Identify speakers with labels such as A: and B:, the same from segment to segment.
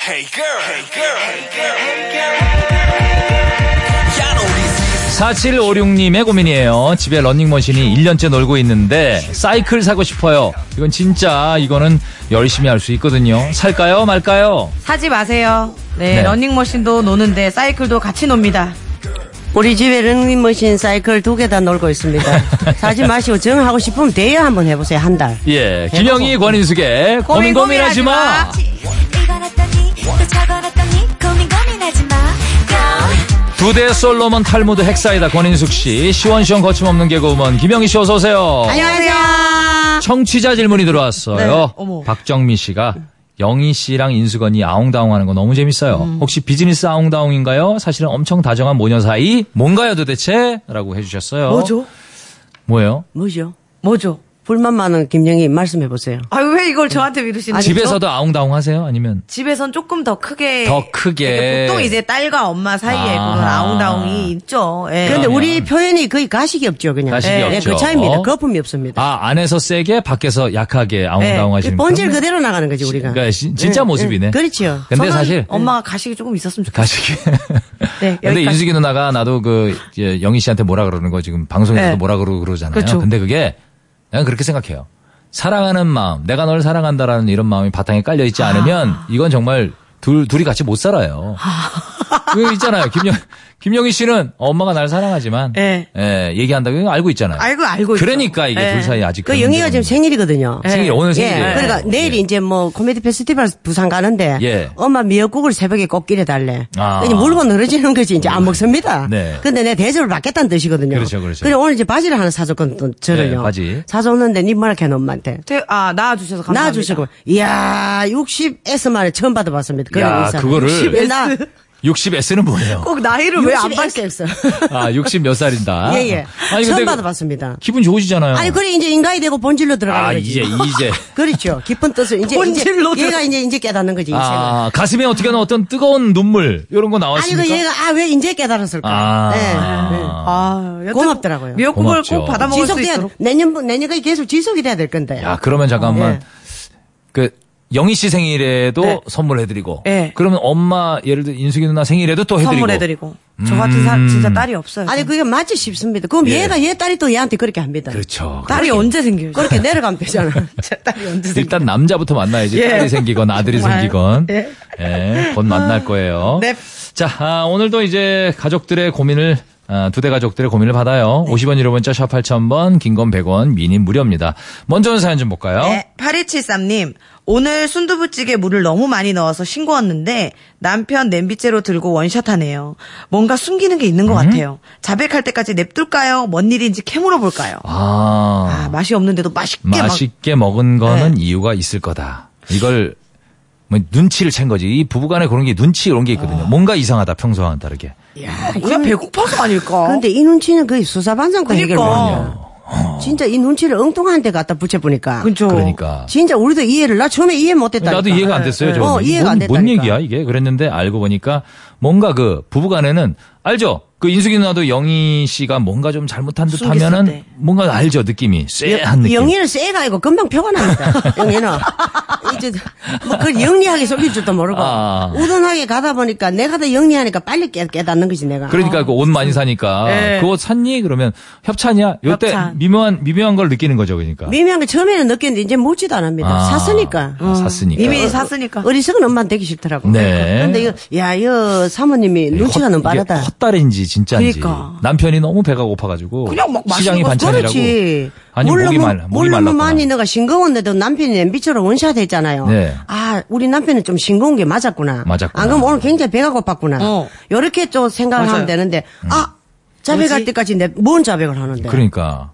A: Hey girl, hey girl, hey girl, hey girl.
B: 4756님의 고민이에요. 집에 러닝머신이 1년째 놀고 있는데 사이클 사고 싶어요. 이건 진짜 이거는 열심히 할 수 있거든요. 살까요 말까요?
C: 사지 마세요. 네,
B: 네.
C: 러닝머신도 노는데 사이클도 같이 놉니다.
D: 우리 집에 런닝머신 사이클 두 개 다 놀고 있습니다. 사지 마시고 정하고 싶으면 대여 한번 해보세요. 한 달.
B: 예, 김영희 권인숙의 고민
C: 고민
B: 고민하지 마.
E: 이건 어떠니 또 저건 어떠니 고민 고민하지 마 Go
B: 두 대 솔로몬 탈무드 헥사이다 권인숙 씨, 시원시원 거침없는 개그우먼 김영희 씨 어서 오세요.
C: 안녕하세요.
B: 청취자 질문이 들어왔어요.
C: 네, 어머.
B: 박정민 씨가 영희 씨랑 인수건이 아웅다웅하는 거 너무 재밌어요. 혹시 비즈니스 아웅다웅인가요? 사실은 엄청 다정한 모녀 사이 뭔가요 도대체? 라고 해주셨어요.
D: 뭐죠?
B: 뭐예요?
D: 뭐죠?
C: 뭐죠?
D: 불만 많은 김영희 말씀해보세요.
C: 아유, 왜 이걸 저한테 미루시는 거죠?
B: 집에서도 아웅다웅 하세요? 아니면
C: 집에선 조금 더 크게.
B: 더 크게.
C: 이렇게 보통 이제 딸과 엄마 사이에
B: 아하.
C: 그런 아웅다웅이 있죠. 예.
D: 그런데 우리 표현이 거의 가식이 없죠, 그냥.
B: 네. 가식이
D: 예,
B: 없죠.
D: 그 차이입니다.
B: 어?
D: 거품이 없습니다.
B: 아 안에서 세게 밖에서 약하게 아웅다웅
D: 그
B: 하시는
D: 본질
B: 그런-
D: 그대로 나가는 거지, 우리가.
B: 그러니까 시- 진짜
D: 예,
B: 모습이네.
D: 예, 그렇죠.
B: 근데
C: 저는 어,
B: 사실
C: 엄마가 가식이 조금 있었으면 좋겠어요.
B: 가식이.
C: 네,
B: 근데
C: 여기까지.
B: 인숙이 누나가 나도 그 이제 영희 씨한테 뭐라 그러는 거 지금 방송에서도
C: 네.
B: 뭐라 그러고 그러잖아요.
C: 그렇죠.
B: 근데 그게 난 그렇게 생각해요. 사랑하는 마음, 내가 널 사랑한다라는 이런 마음이 바탕에 깔려 있지 않으면 이건 정말 둘 둘이 같이 못 살아요. 그 있잖아요. 김영 김영희 씨는 엄마가 날 사랑하지만
C: 네.
B: 예, 얘기한다고 이거 알고 있잖아요.
C: 알고, 알고 있죠.
B: 그러니까 이게
C: 네.
B: 둘 사이 아직
D: 그 영희가 지금 생일이거든요.
B: 예. 생일 오늘 생일이에요.
D: 그러니까 내일이 이제 뭐 코미디 페스티벌 부산 가는데
B: 예.
D: 엄마 미역국을 새벽에 꼭 끓여달래.
B: 아.
D: 이제 물고 늘어지는 거지 이제 안 먹습니다.
B: 네.
D: 근데 내 대접을 받겠다는 뜻이거든요.
B: 그렇죠, 그렇죠.
D: 래 오늘 이제 바지를 하나 사줬건 또 저를요.
B: 네, 바지.
D: 사줬는데 니말해놓 엄마한테.
C: 되- 아, 낳아주셔서 감사합니다.
D: 낳아주시고 이야 60S 만에 처음 받아봤습니다. 그런
B: 야,
D: 의사.
B: 그거를
D: 60S. 나
B: 60S는 뭐예요?
C: 꼭 나이를 왜 안 밝혀?
D: 60S.
B: 아, 60 몇 살인다.
D: 예, 예.
B: 아니, 근데
D: 처음
B: 그-
D: 받아봤습니다.
B: 기분 좋으시잖아요.
D: 아니 그래 이제 인간이 되고 본질로 들어가는
B: 어. 아,
D: 거지.
B: 이제 이제
D: 그렇죠. 깊은 뜻을 이제
C: 본질로
D: 이제 얘가 이제 이제 깨닫는 거지 인생을. 아.
B: 아, 가슴에 어떻게든 어떤 뜨거운 눈물 이런 거
D: 니그
B: 나왔습니까?
D: 얘가 아 왜 이제 깨달았을까?
B: 아.
D: 네.
C: 아, 여튼
D: 고맙더라고요.
C: 미역국을
B: 고맙죠.
C: 꼭 받아먹을 수
D: 지속돼야
C: 있도록.
D: 내년 내년까지 계속 지속이 돼야 될 건데.
B: 야, 그러면 잠깐만.
D: 예.
B: 그 영희 씨 생일에도
C: 네.
B: 선물해 드리고.
C: 예.
B: 그러면 엄마 예를 들어 인숙이 누나 생일에도 또해 드리고.
C: 선물해드리고. 저 같은 사,
B: 음.
C: 진짜 딸이 없어요.
D: 아니 그게 맞지 싶습니다. 그럼
B: 예.
D: 얘가 얘 딸이 또 얘한테 그렇게 합니다.
B: 그렇죠.
C: 딸이 언제 생길지.
D: 그렇게 내려가면 되잖아.
C: 진짜 딸이 언제 생길지.
B: 일단 남자부터 만나야지.
C: 예.
B: 딸이 생기건 아들이
C: 정말.
B: 생기건. 예.
C: 예.
B: 곧 만날 거예요.
C: 네.
B: 자, 아, 오늘도 이제 가족들의 고민을 아, 두 대 가족들의 고민을 받아요. 50원 1호 문자 샵 8000번, 긴 건 100원, 미니 무료입니다. 먼저 사연 좀 볼까요?
C: 네, 8173님. 오늘 순두부찌개 물을 너무 많이 넣어서 싱거웠는데 남편 냄비째로 들고 원샷하네요. 뭔가 숨기는 게 있는 것 같아요. 자백할 때까지 냅둘까요? 뭔 일인지 캐물어 볼까요?
B: 아.
C: 아, 맛이 없는데도 맛있게 막
B: 맛있게 먹은 거는
D: 네.
B: 이유가 있을 거다. 이걸 뭐 눈치를 챈 거지. 이 부부간에 그런 게 눈치 이런 게 있거든요.
D: 아.
B: 뭔가 이상하다 평소와는 다르게.
C: 우리가 아, 배고파서
B: 어?
C: 아닐까?
D: 그런데 이 눈치는 거의 수사반성과 해결
C: 그러니까.
D: 못해요. 진짜 이 눈치를 엉뚱한 데 갖다 붙여보니까.
C: 그죠.
B: 어. 그러니까.
D: 진짜 우리도 이해를 나 처음에 이해 못했다.
B: 나도 이해가 안 됐어요. 저거.
D: 어, 이해가
B: 뭔,
D: 안 됐다니까.
B: 뭔 얘기야 이게? 그랬는데 알고 보니까 뭔가 그 부부간에는 알죠. 그 인숙이 누나도 영희 씨가 뭔가 좀 잘못한 듯
C: 숨겼을
B: 하면은
C: 때.
B: 뭔가 알죠 느낌이 쎄한 느낌.
D: 영희는 쎄가 아니고 금방 표가 납니다. 영희는. 이제 뭐 그걸 영리하게 속일 줄도 모르고
B: 아.
D: 우둔하게 가다 보니까 내가 더 영리하니까 빨리 깨, 깨닫는 거지 내가.
B: 그러니까 그 옷
D: 아,
B: 많이 사니까
D: 네.
C: 예.
B: 그 옷 샀니? 그러면 협찬이야. 요때
C: 협찬.
B: 미묘한 미묘한 걸 느끼는 거죠, 그러니까.
D: 미묘한 게 처음에는 느꼈는데 이제 묻지도 않습니다.
B: 아,
D: 샀으니까. 어.
B: 아, 샀으니까.
C: 이미 샀으니까.
D: 어리석은 엄마는 되기 싫더라고.
B: 네.
D: 근데 이거, 야, 이거 사모님이 눈치가 너무
B: 이게
D: 빠르다.
B: 헛다리인지 진짜인지.
C: 그러니까.
B: 남편이 너무 배가 고파가지고
C: 그냥 막 맛있는
B: 시장이
C: 거
B: 반찬이라고.
D: 그렇지.
B: 아니 목이
D: 뭐-
B: 말 목이
D: 물론 뭐
B: 말랐구나.
D: 많이 너가 싱거웠는데도 남편이 냄비처럼 원샷 했잖아요.
B: 네.
D: 아, 우리 남편은 좀 싱거운 게 맞았구나.
B: 맞았구나.
D: 안 그럼 오늘 굉장히 배가 고팠구나.
C: 어.
D: 이렇게 좀 생각을
C: 맞아요.
D: 하면 되는데, 아, 자백할
C: 뭐지?
D: 때까지 내, 뭔 자백을 하는데.
B: 음. 그러니까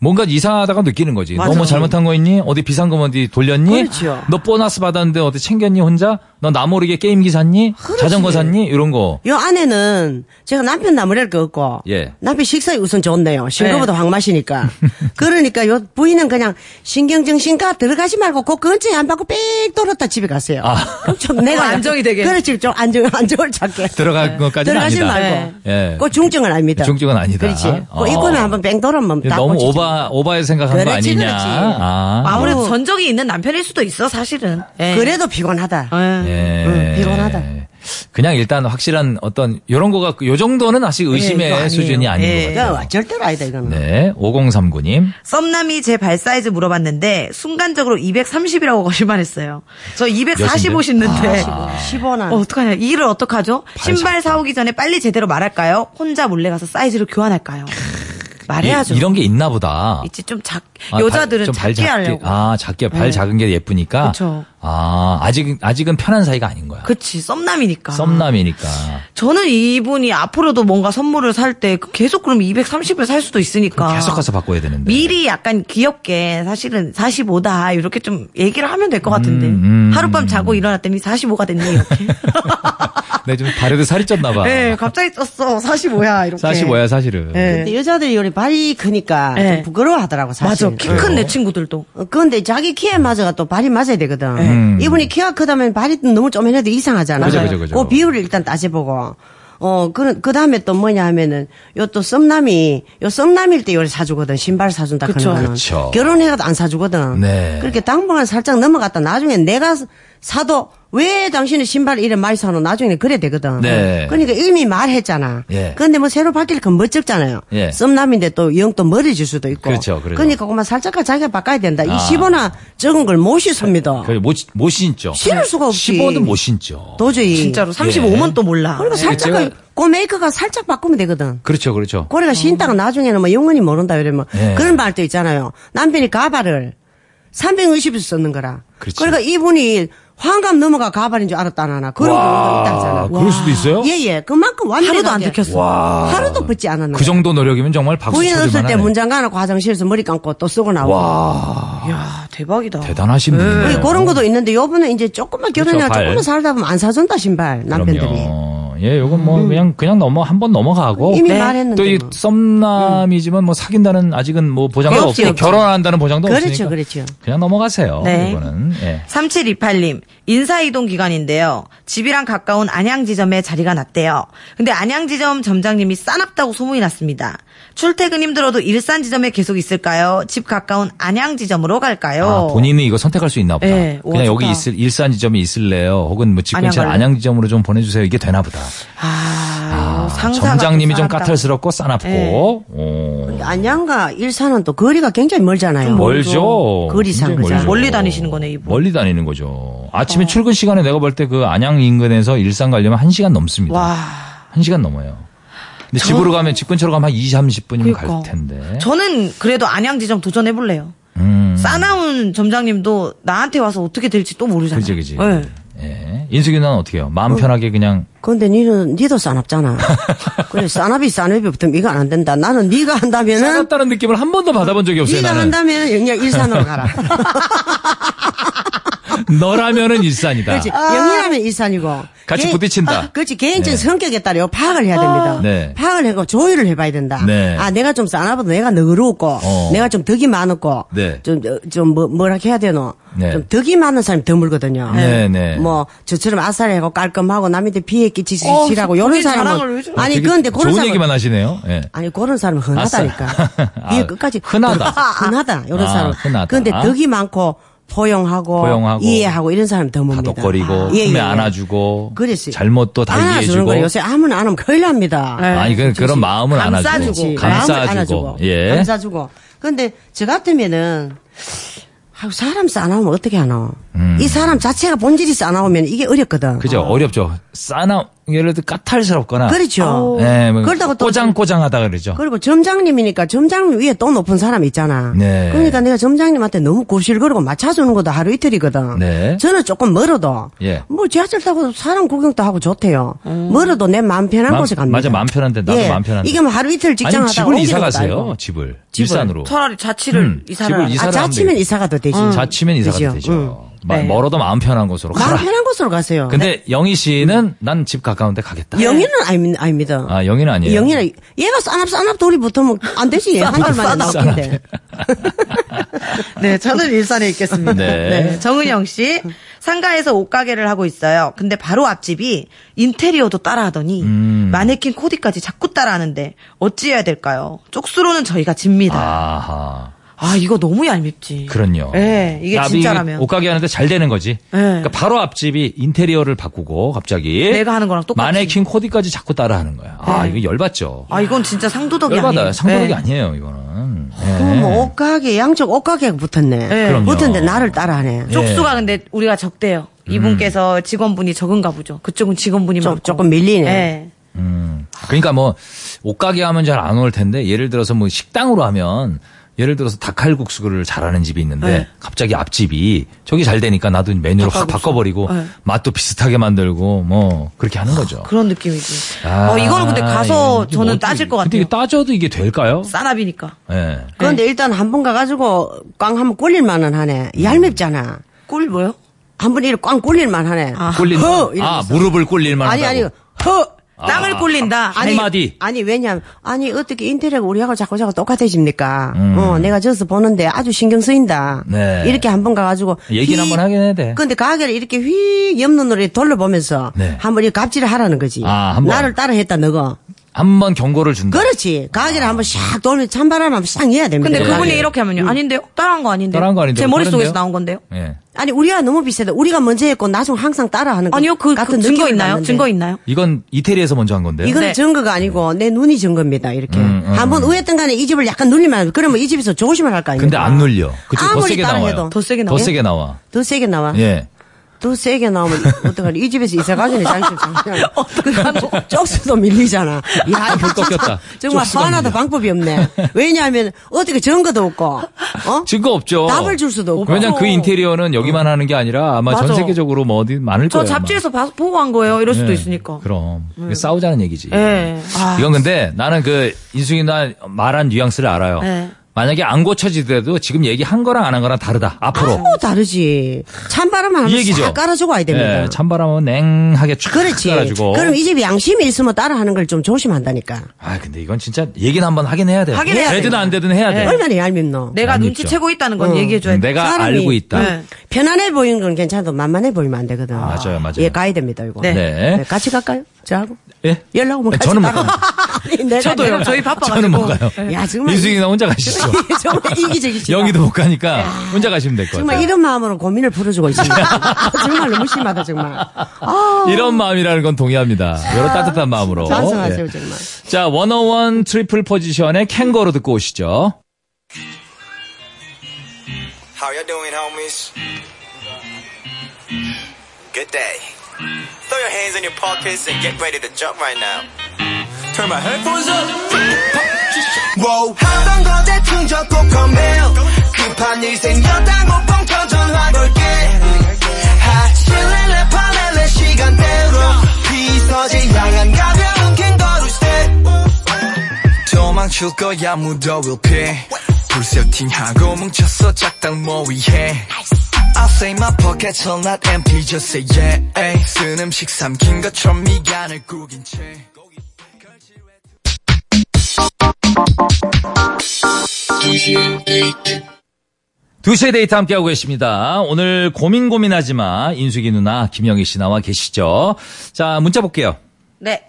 B: 뭔가 이상하다고 느끼는 거지.
D: 맞아.
B: 너 뭐 잘못한 거 있니? 어디 비싼 거 어디 돌렸니?
D: 그렇죠.
B: 너 보너스 받았는데 어디 챙겼니 혼자? 너 나 모르게 게임기 샀니? 자전거 샀니? 이런 거.
D: 요 안에는 제가 남편 나무랄 거 없고
B: 예.
D: 남편 식사에 우선 좋네요. 싱거보다 황 마시니까. 그러니까 요 부인은 그냥 신경정신과 들어가지 말고 그 근처에 안 받고 빽 돌았다 집에 가세요.
B: 아.
D: 그럼 좀 내가
C: 안정이 되게.
D: 그렇지 좀 안정 안정을 찾게.
B: 들어갈 것까지는
D: 네. 들어가지
B: 아니다.
D: 말고.
B: 예.
D: 그 중증은 아니다.
B: 중증은 아니다.
D: 그렇지.
B: 어.
D: 그 입구는 한번 뺑 돌으면 딱
B: 너무
D: 고치지.
B: 오바 오바에 생각한 거
D: 그렇지,
B: 아니냐?
D: 그렇지.
B: 아.
C: 아무래도 전적이 있는 남편일 수도 있어 사실은. 예.
D: 그래도 피곤하다.
C: 예.
B: 예. 예.
D: 응, 피곤하다.
B: 그냥 일단 확실한 어떤 요런 거가 그, 요 정도는 아직 의심의
D: 이거 아니에요. 네.
B: 수준이 아닌 것
C: 예.
B: 같아요.
D: 야, 어, 절대로 아니다 이거는.
B: 네, 5039님.
C: 썸남이 제 발 사이즈 물어봤는데 순간적으로 230이라고 거짓말했어요. 저 245
B: 몇인데? 아,
C: 신는데
D: 15나.
C: 어, 어떡하냐. 이 일을 어떡하죠? 신발 사오기 전에 빨리 제대로 말할까요? 혼자 몰래 가서 사이즈를 교환할까요? 아, 말해야죠.
B: 이, 이런 게 있나 보다.
C: 있지 좀 작,
B: 아, 발-
C: 여자들은
B: 좀발
C: 작게 하려고.
B: 아, 작게 발
C: 네.
B: 작은 게 예쁘니까.
C: 그쵸.
B: 아, 아직 아직은 편한 사이가 아닌 거야.
C: 그치, 썸남이니까.
B: 썸남이니까.
C: 저는 이분이 앞으로도 뭔가 선물을 살 때 계속 그럼 230을 살 수도 있으니까.
B: 계속 가서 바꿔야 되는데.
C: 아. 미리 약간 귀엽게 사실은 45다 이렇게 좀 얘기를 하면 될 것 같은데
B: 음, 음.
C: 하룻밤 자고 일어났더니 45가 됐네 이렇게
B: 네, 좀 발에도 살이 쪘나 봐.
C: 네 갑자기 쪘어 45야 이렇게
B: 45야, 사실은.
C: 네.
D: 근데 여자들이 우리 발이 크니까
C: 네.
D: 좀 부끄러워하더라고 사실.
C: 맞아 키 큰 내 친구들도
D: 어, 그런데 자기 키에 맞아가 또 발이 맞아야 되거든.
B: 음.
D: 이분이 키가 크다면 발이 너무 쪼매해도 이상하잖아.
B: 그죠, 그죠, 그죠.
D: 그 비율을 일단 따져보고. 어, 그, 그 다음에 또 뭐냐 하면은, 요 또 썸남이, 요 썸남일 때 요리 사주거든. 신발 사준다.
C: 그쵸.
D: 그러는 거는.
B: 그쵸.
D: 결혼해도 안 사주거든.
B: 네.
D: 그렇게 당분간 살짝 넘어갔다. 나중에 내가 사도 왜 당신은 신발 이래 많이 사노? 나중에 그래 되거든.
B: 네.
D: 그러니까 이미 말했잖아.
B: 예.
D: 그런데 뭐 새로 바뀔 건 멋쩍잖아요.
B: 예.
D: 썸남인데 또 영 또 머리 질 수도 있고.
B: 그렇죠, 그렇죠.
D: 러니까 그만 살짝만 자기가 바꿔야 된다. 이
B: 아.
D: 10원아 적은 걸 못 씻습니다.
B: 그래, 못, 못 신죠.
D: 신을 수가 없지.
B: 15는 못 신죠.
D: 도저히.
C: 진짜로 아, 예, 35면 또 몰라
B: 예.
D: 그러니까 살짝은
B: 제가-
D: 그 메이커가 살짝 바꾸면 되거든.
B: 그렇죠, 그렇죠.
C: 어.
D: 고래가 신다가 나중에는 뭐 영원히 모른다 이러면
B: 예.
D: 그런 말도 있잖아요. 남편이 가발을 360에서 썼는 거라.
B: 그렇지.
D: 러니까 이분이 환갑 넘어가 가발인 줄 알았다 안 하나 그런 경우도 있다 하잖아.
B: 그럴 수도 있어요?
D: 예예. 그만큼 완벽하게
C: 하루도 안 들켰어
D: 하루도 붙지 않았나.
B: 그 정도 노력이면 정말 박수
D: 부인
B: 쳐줄
D: 없을 때
B: 만하네.
D: 문장 가놓고 화장실에서 머리 감고 또 쓰고 나오고.
C: 이야 아, 대박이다
B: 대단하신 분이에요.
D: 어. 네. 우리 그런 것도 있는데 여분은 이제 조금만 결혼해야
B: 네. 그렇죠, 발.
D: 조금만 살다 보면 안 사준다 신발 남편들이 음.
B: 그럼요. 예, 요건 뭐 그냥 그냥 넘어 한 번 넘어가고 네.
D: 이미 말했는데
B: 또 이
D: 뭐.
B: 썸남이지만 뭐 사귄다는 아직은 뭐 보장도
D: 없지,
B: 없고
D: 없지.
B: 결혼한다는 보장도
D: 그렇죠,
B: 없으니까
D: 그렇죠.
B: 냥 넘어가세요.
C: 네.
B: 이거는 예.
C: 3728님, 인사이동 기간인데요. 집이랑 가까운 안양지점에 자리가 났대요. 근데 안양지점 점장님이 싸납다고 소문이 났습니다. 출퇴근 힘들어도 일산지점에 계속 있을까요? 집 가까운 안양지점으로 갈까요?
D: 어.
B: 아, 본인이 이거 선택할 수 있나 보다.
D: 네,
C: 예, 오,
B: 그냥 여기
C: 좋다.
B: 있을 일산 지점이 있을래요. 혹은 뭐집 근처
C: 안양 갈래요?
B: 안양 지점으로 좀 보내주세요. 이게 되나 보다.
D: 어,
C: 아, 상사가
B: 점장님이
C: 또
B: 좀
C: 싸납다.
B: 까탈스럽고 싸납고.
D: 네.
B: 어.
D: 안양과 일산은 또 거리가 굉장히
B: 음,
D: 멀잖아요
B: 멀죠.
D: 거리상
B: 굉장히
D: 그죠
B: 멀죠.
C: 멀리 다니시는 거네, 이분.
B: 멀리 다니는 거죠.
D: 어.
B: 아침에 출근 시간에 내가 볼 때 그 안양 인근에서 일산 가려면 1시간 넘습니다.
C: 와.
B: 1시간 넘어요. 근데 집으로 가면 집 근처로 가면 한 2, 30분이면 갈
C: 그러니까.
B: 텐데.
C: 저는 그래도 안양지점 도전해볼래요.
B: 음.
C: 싸나운 점장님도 나한테 와서 어떻게 될지 또 모르잖아요.
B: 그지 그지.
C: 예.
B: 예. 인숙이 누나는 어떻게 해요? 마음 편하게 그냥
D: 근데 니는 니도 싸납잖아 그래 싸납이 싸납이 붙으면 이거 안 된다 나는 니가 한다면은
B: 싸납다는 느낌을 한 번도 받아본 적이 없어요.
D: 니가
B: 나는.
D: 한다면 영양 일산으로 가라
B: 너라면은 일산이다. 어,
D: 그렇지 영이라면 일산이고
B: 아. 같이
D: 개인-
B: 부딪힌다.
D: 아, 그렇지 개인적인
B: 네.
D: 성격에 따라 이거 파악을 해야 됩니다
B: 네.
D: 파악을 하고 조율을 해봐야 된다
B: 네.
D: 아 내가 좀 싸나봐도 내가 너그러웠고
B: 어.
D: 내가 좀 덕이 많았고
B: 네.
D: 좀좀뭐 뭐라 해야 되노
B: 네.
D: 좀 덕이 많은 사람이 드물거든요
B: 네, 네.
D: 뭐 저처럼 아싸리하고 깔끔하고 남한테 피해 끼치지
C: 어,
D: 지라고 요런
C: 본인 자랑을
D: 사람은
C: 왜 저래?
D: 아니
B: 되게
D: 그런데 그런
B: 좋은
D: 사람
B: 얘기만 하시네요. 예.
D: 아니 그런 사람은 흔하다니까
B: 아싸. 아,
D: 이게 끝까지
B: 흔하다.
D: 흔하다 요런
B: 아,
D: 사람
B: 흔하다.
D: 그런데 덕이 많고 포용하고,
B: 포용하고
D: 이해하고 이런 사람 드뭅니다
B: 다독거리고
D: 예,
B: 품에
D: 예, 예.
B: 안아주고
D: 그렇지.
B: 잘못 또다
D: 안아주는
B: 이해해주고
D: 거 요새 아무나 안 하면 큰일 납니다.
B: 아니 그 그런 마음은 안아주고
C: 감싸주고.
D: 마음을
B: 감싸주고
D: 안아주고. 뭐.
B: 예
D: 감싸주고. 근데 저 같으면은 아유, 사람 싸나오면 어떻게 하노?
B: 음.
D: 이 사람 자체가 본질이 싸나오면 이게 어렵거든.
B: 그죠 어렵죠 싸나 예를 들어 까탈스럽거나
D: 그렇죠.
B: 예, 뭐
D: 그러다가 또
B: 꼬장꼬장하다 그러죠
D: 그리고 점장님이니까 점장님 위에 또 높은 사람 있잖아.
B: 네.
D: 그러니까 내가 점장님한테 너무 굽실거리고 맞춰주는 것도 하루 이틀이거든.
B: 네.
D: 저는 조금 멀어도
B: 예.
D: 뭐 지하철 타고 사람 구경도 하고 좋대요. 멀어도 내 마음 편한
B: 마-
D: 곳에 갑니다.
B: 맞아, 마음 편한데, 나도 마음 편한데.
D: 이게 뭐 하루 이틀 직장
B: 아니
D: 하다가
B: 집을 이사
D: 옮기는 것도
B: 가세요
D: 아니고.
B: 집을 일산으로
C: 차라리 자취를
B: 음,
C: 이사를
B: 집을
C: 하라.
B: 이사-
D: 아,
B: 사람
D: 자취면
B: 되겠다.
D: 이사가 더 되지.
B: 음. 자취면 이사가
D: 음. 그죠? 음.
B: 되죠 마-
C: 네.
B: 멀어도 마음 편한 곳으로
D: 마음
B: 가라
D: 편한 곳으로 가세요. 네.
B: 근데 영희 씨는 난 집 가까운 데 가겠다
D: 영희는 아닙- 아닙니다.
B: 아 영희는 아니에요
D: 영희는 얘가 싸납 싸납 돌이 붙으면 안 되지. 한 달만에 나올텐데
C: 네, 저는 일산에 있겠습니다.
B: 네.
C: 네. 정은영 씨, 상가에서 옷가게를 하고 있어요. 근데 바로 앞집이 인테리어도 따라하더니
B: 음.
C: 마네킹 코디까지 자꾸 따라하는데 어찌해야 될까요? 쪽수로는 저희가 집니다.
B: 아하
C: 아, 아, 이거 너무 얄밉지.
B: 그럼요.
C: 예, 이게
B: 야,
C: 진짜라면.
B: 옷가게 하는데 잘 되는 거지. 그러니까 바로 앞집이 인테리어를 바꾸고 갑자기
C: 내가 하는 거랑 똑같이.
B: 마네킹 코디까지 자꾸 따라하는 거야. 아
C: 네.
B: 이거 열받죠.
C: 아, 이건 진짜 상도덕이
B: 열받아요.
C: 아니에요.
B: 상도력이
C: 예.
B: 아니에요 이거는.
D: 그럼
B: 네.
D: 뭐 옷가게 양쪽 옷가게가 붙었네.
C: 네.
B: 그럼요.
D: 붙었는데 나를 따라하네.
B: 예.
C: 쪽수가 근데 우리가 적대요.
B: 음.
C: 이분께서 직원분이 적은가 보죠. 그쪽은 직원분이
D: 좀-
C: 많고.
D: 조금 밀리네.
C: 예.
B: 음. 그러니까 뭐 옷가게 하면 잘 안 올 텐데 예를 들어서 뭐 식당으로 하면 예를 들어서 닭칼국수를 잘하는 집이 있는데
C: 네.
B: 갑자기 앞집이 저기 잘 되니까 나도 메뉴를 확
C: 닭칼국수.
B: 바꿔버리고
C: 네.
B: 맛도 비슷하게 만들고 뭐 그렇게 하는 거죠.
C: 그런 느낌이지.
B: 아,
C: 어, 이거는 근데 가서
B: 이게 뭐
C: 저는
B: 어떻게-
C: 따질 것
B: 근데
C: 같아요.
B: 이게 따져도 이게 될까요?
C: 싸나비니까.
B: 예.
D: 그런데 일단 한 번 가가지고 꽝 한번 꿀릴만은 하네. 얄밉잖아.
C: 꿀 뭐요?
D: 한 번 이렇게 꽝 꿀릴만 하네.
C: 아.
B: 꿀린
D: 허!
B: 아
D: 이러면서.
B: 무릎을 꿀릴만
D: 아니, 아니,
B: 한다고.
D: 허!
C: 땅을 꿀린다.
B: 아. 아니, 한마디.
D: 아니 왜냐면 아니 어떻게 인테리어가 우리하고 자꾸 자꾸 똑같아집니까? 어 내가 저서 보는데 아주 신경 쓰인다.
B: 음. 네.
D: 이렇게 한 번 가가지고
B: 얘기는 한번 하긴 해야 돼.
D: 근데 가게를 이렇게 휙 옆눈으로 돌려보면서
B: 네.
D: 한번 이 갑질을 하라는 거지.
B: 아, 한번.
D: 나를 따라했다 너가.
B: 한 번 경고를 준다.
D: 그렇지. 가게를 한번 샥 돌면 찬바람 한번 샥 내야 됩니다.
C: 근데
B: 네.
C: 그분이
B: 예.
C: 이렇게 하면요. 아닌데요? 따라한 거 아닌데요?
B: 따라한 거 아닌데요?
C: 제
B: 다른데요?
C: 머릿속에서 나온 건데요?
B: 예.
D: 아니 우리가 너무 비슷하다. 우리가 먼저 했고 나중 항상 따라하는 거
C: 아니요, 그, 그
D: 같은
C: 증거
D: 느낌을
C: 있나요?
D: 받는데.
C: 증거 있나요?
B: 이건 이태리에서 먼저 한 건데요.
D: 이건
C: 네.
D: 증거가 아니고 내 눈이 증거입니다. 이렇게
B: 음,
D: 한번 우했던 간에 이 집을 약간 눌리면 안 돼. 그러면 이 집에서 조심을 할 거 아니에요.
B: 근데 안 눌려. 그쪽 더
D: 아무리
B: 세게
D: 따라
B: 나와요.
D: 해도.
C: 더 세게
B: 더
C: 나와요?
B: 세게 나와.
D: 더 세게 나와.
B: 예.
D: 더 세게 나오면 어떡하니? 이 집에서 이사 가기는 자기 집 장난.
C: 어떡하고.
D: 쪽수도 밀리잖아. 야, 이거
B: 불 꺾였다.
D: 진짜 정말
B: 쪽수도
D: 하나도
B: 밀려.
D: 방법이 없네. 왜냐하면 어떻게 증거도 없고, 어?
B: 증거 없죠.
D: 답을 줄 수도 없고.
B: 왜냐 그 인테리어는 여기만 하는 게 아니라 아마 전
C: 맞아.
B: 세계적으로 뭐 어디 많을
C: 저
B: 거예요. 아마.
C: 잡지에서 봐- 보고 한 거예요. 이럴 수도
B: 예.
C: 있으니까.
B: 그럼 이게 싸우자는 얘기지.
C: 예. 아,
B: 이건 근데 나는 그 인숙이 나 말한 뉘앙스를 알아요.
C: 네.
B: 만약에 안 고쳐지더라도 지금 얘기한 거랑 안 한 거랑 다르다. 앞으로.
D: 아무 뭐 다르지. 찬바람
B: 이
D: 하면
B: 얘기죠.
D: 싹 깔아주고 와야 됩니다.
B: 예, 찬바람은 냉하게 촥
D: 그렇지.
B: 깔아주고.
D: 그럼 이 집 양심이 있으면 따라하는 걸 좀 조심한다니까.
B: 아 근데 이건 진짜 얘기는 한번 하긴 해야 돼.
C: 하긴 해야
B: 되든
C: 돼요.
B: 안 되든 해야 돼.
D: 얼마나 얄밉노.
C: 내가
B: 아니,
C: 눈치
B: 있죠. 어.
C: 채고 있다는 건
D: 응.
C: 얘기해줘야 돼.
B: 네. 내가
D: 사람이-
B: 알고 있다.
C: 네.
D: 편안해 보이는 건 괜찮아도 만만해 보이면 안 되거든.
B: 맞아요, 맞아요.
D: 예, 가야 됩니다, 이거.
C: 네.
B: 네.
D: 네, 같이 갈까요? 저하고?
B: 예?
D: 연락 오면
B: 네,
D: 같이
B: 저는 못
D: 가요.
B: 가요.
D: 아니, 내가
C: 저도요.
D: 내가-
C: 저희 바빠가지고.
B: 저는 못 가요.
D: 야, 정말.
B: 인숙이 나 혼자 가시죠.
D: 정말 이기적이시다.
B: 영희도 못 가니까 혼자 가시면 될 것 같아요.
D: 정말 이런 마음으로 고민을 풀어주고 있습니다. 정말 너무 심하다, 정말.
B: 이런 마음이라는 건 동의합니다. 여러 따뜻한 마음으로.
D: 반성하세요,
B: 예.
D: 정말.
B: 자, 101 트리플 포지션의 캥거루 듣고 오시죠.
A: How y'all doing, homies? Good day. Throw your hands in your pockets and get ready to jump right now. Turn my headphones up. Whoa. 하던 거 대충 적고 컴해요. 급한 일 생겼다 못 뻥쳐 전화볼게. 하실래 내 팔할래 시간대로 비서지 향한 가벼운 캥거루 스텝. 도망칠 거야 무더위를 피해 불세팅하고 뭉쳤어 작당 모의해 I say my pockets are not empty just say yeah 쓴 음식 삼킨 것처럼 미간을 구긴 채
B: 두시의 데이트 함께하고 계십니다. 오늘 고민 고민하지마 인숙이 누나 김영희 씨 나와 계시죠. 자, 문자 볼게요.
C: 네.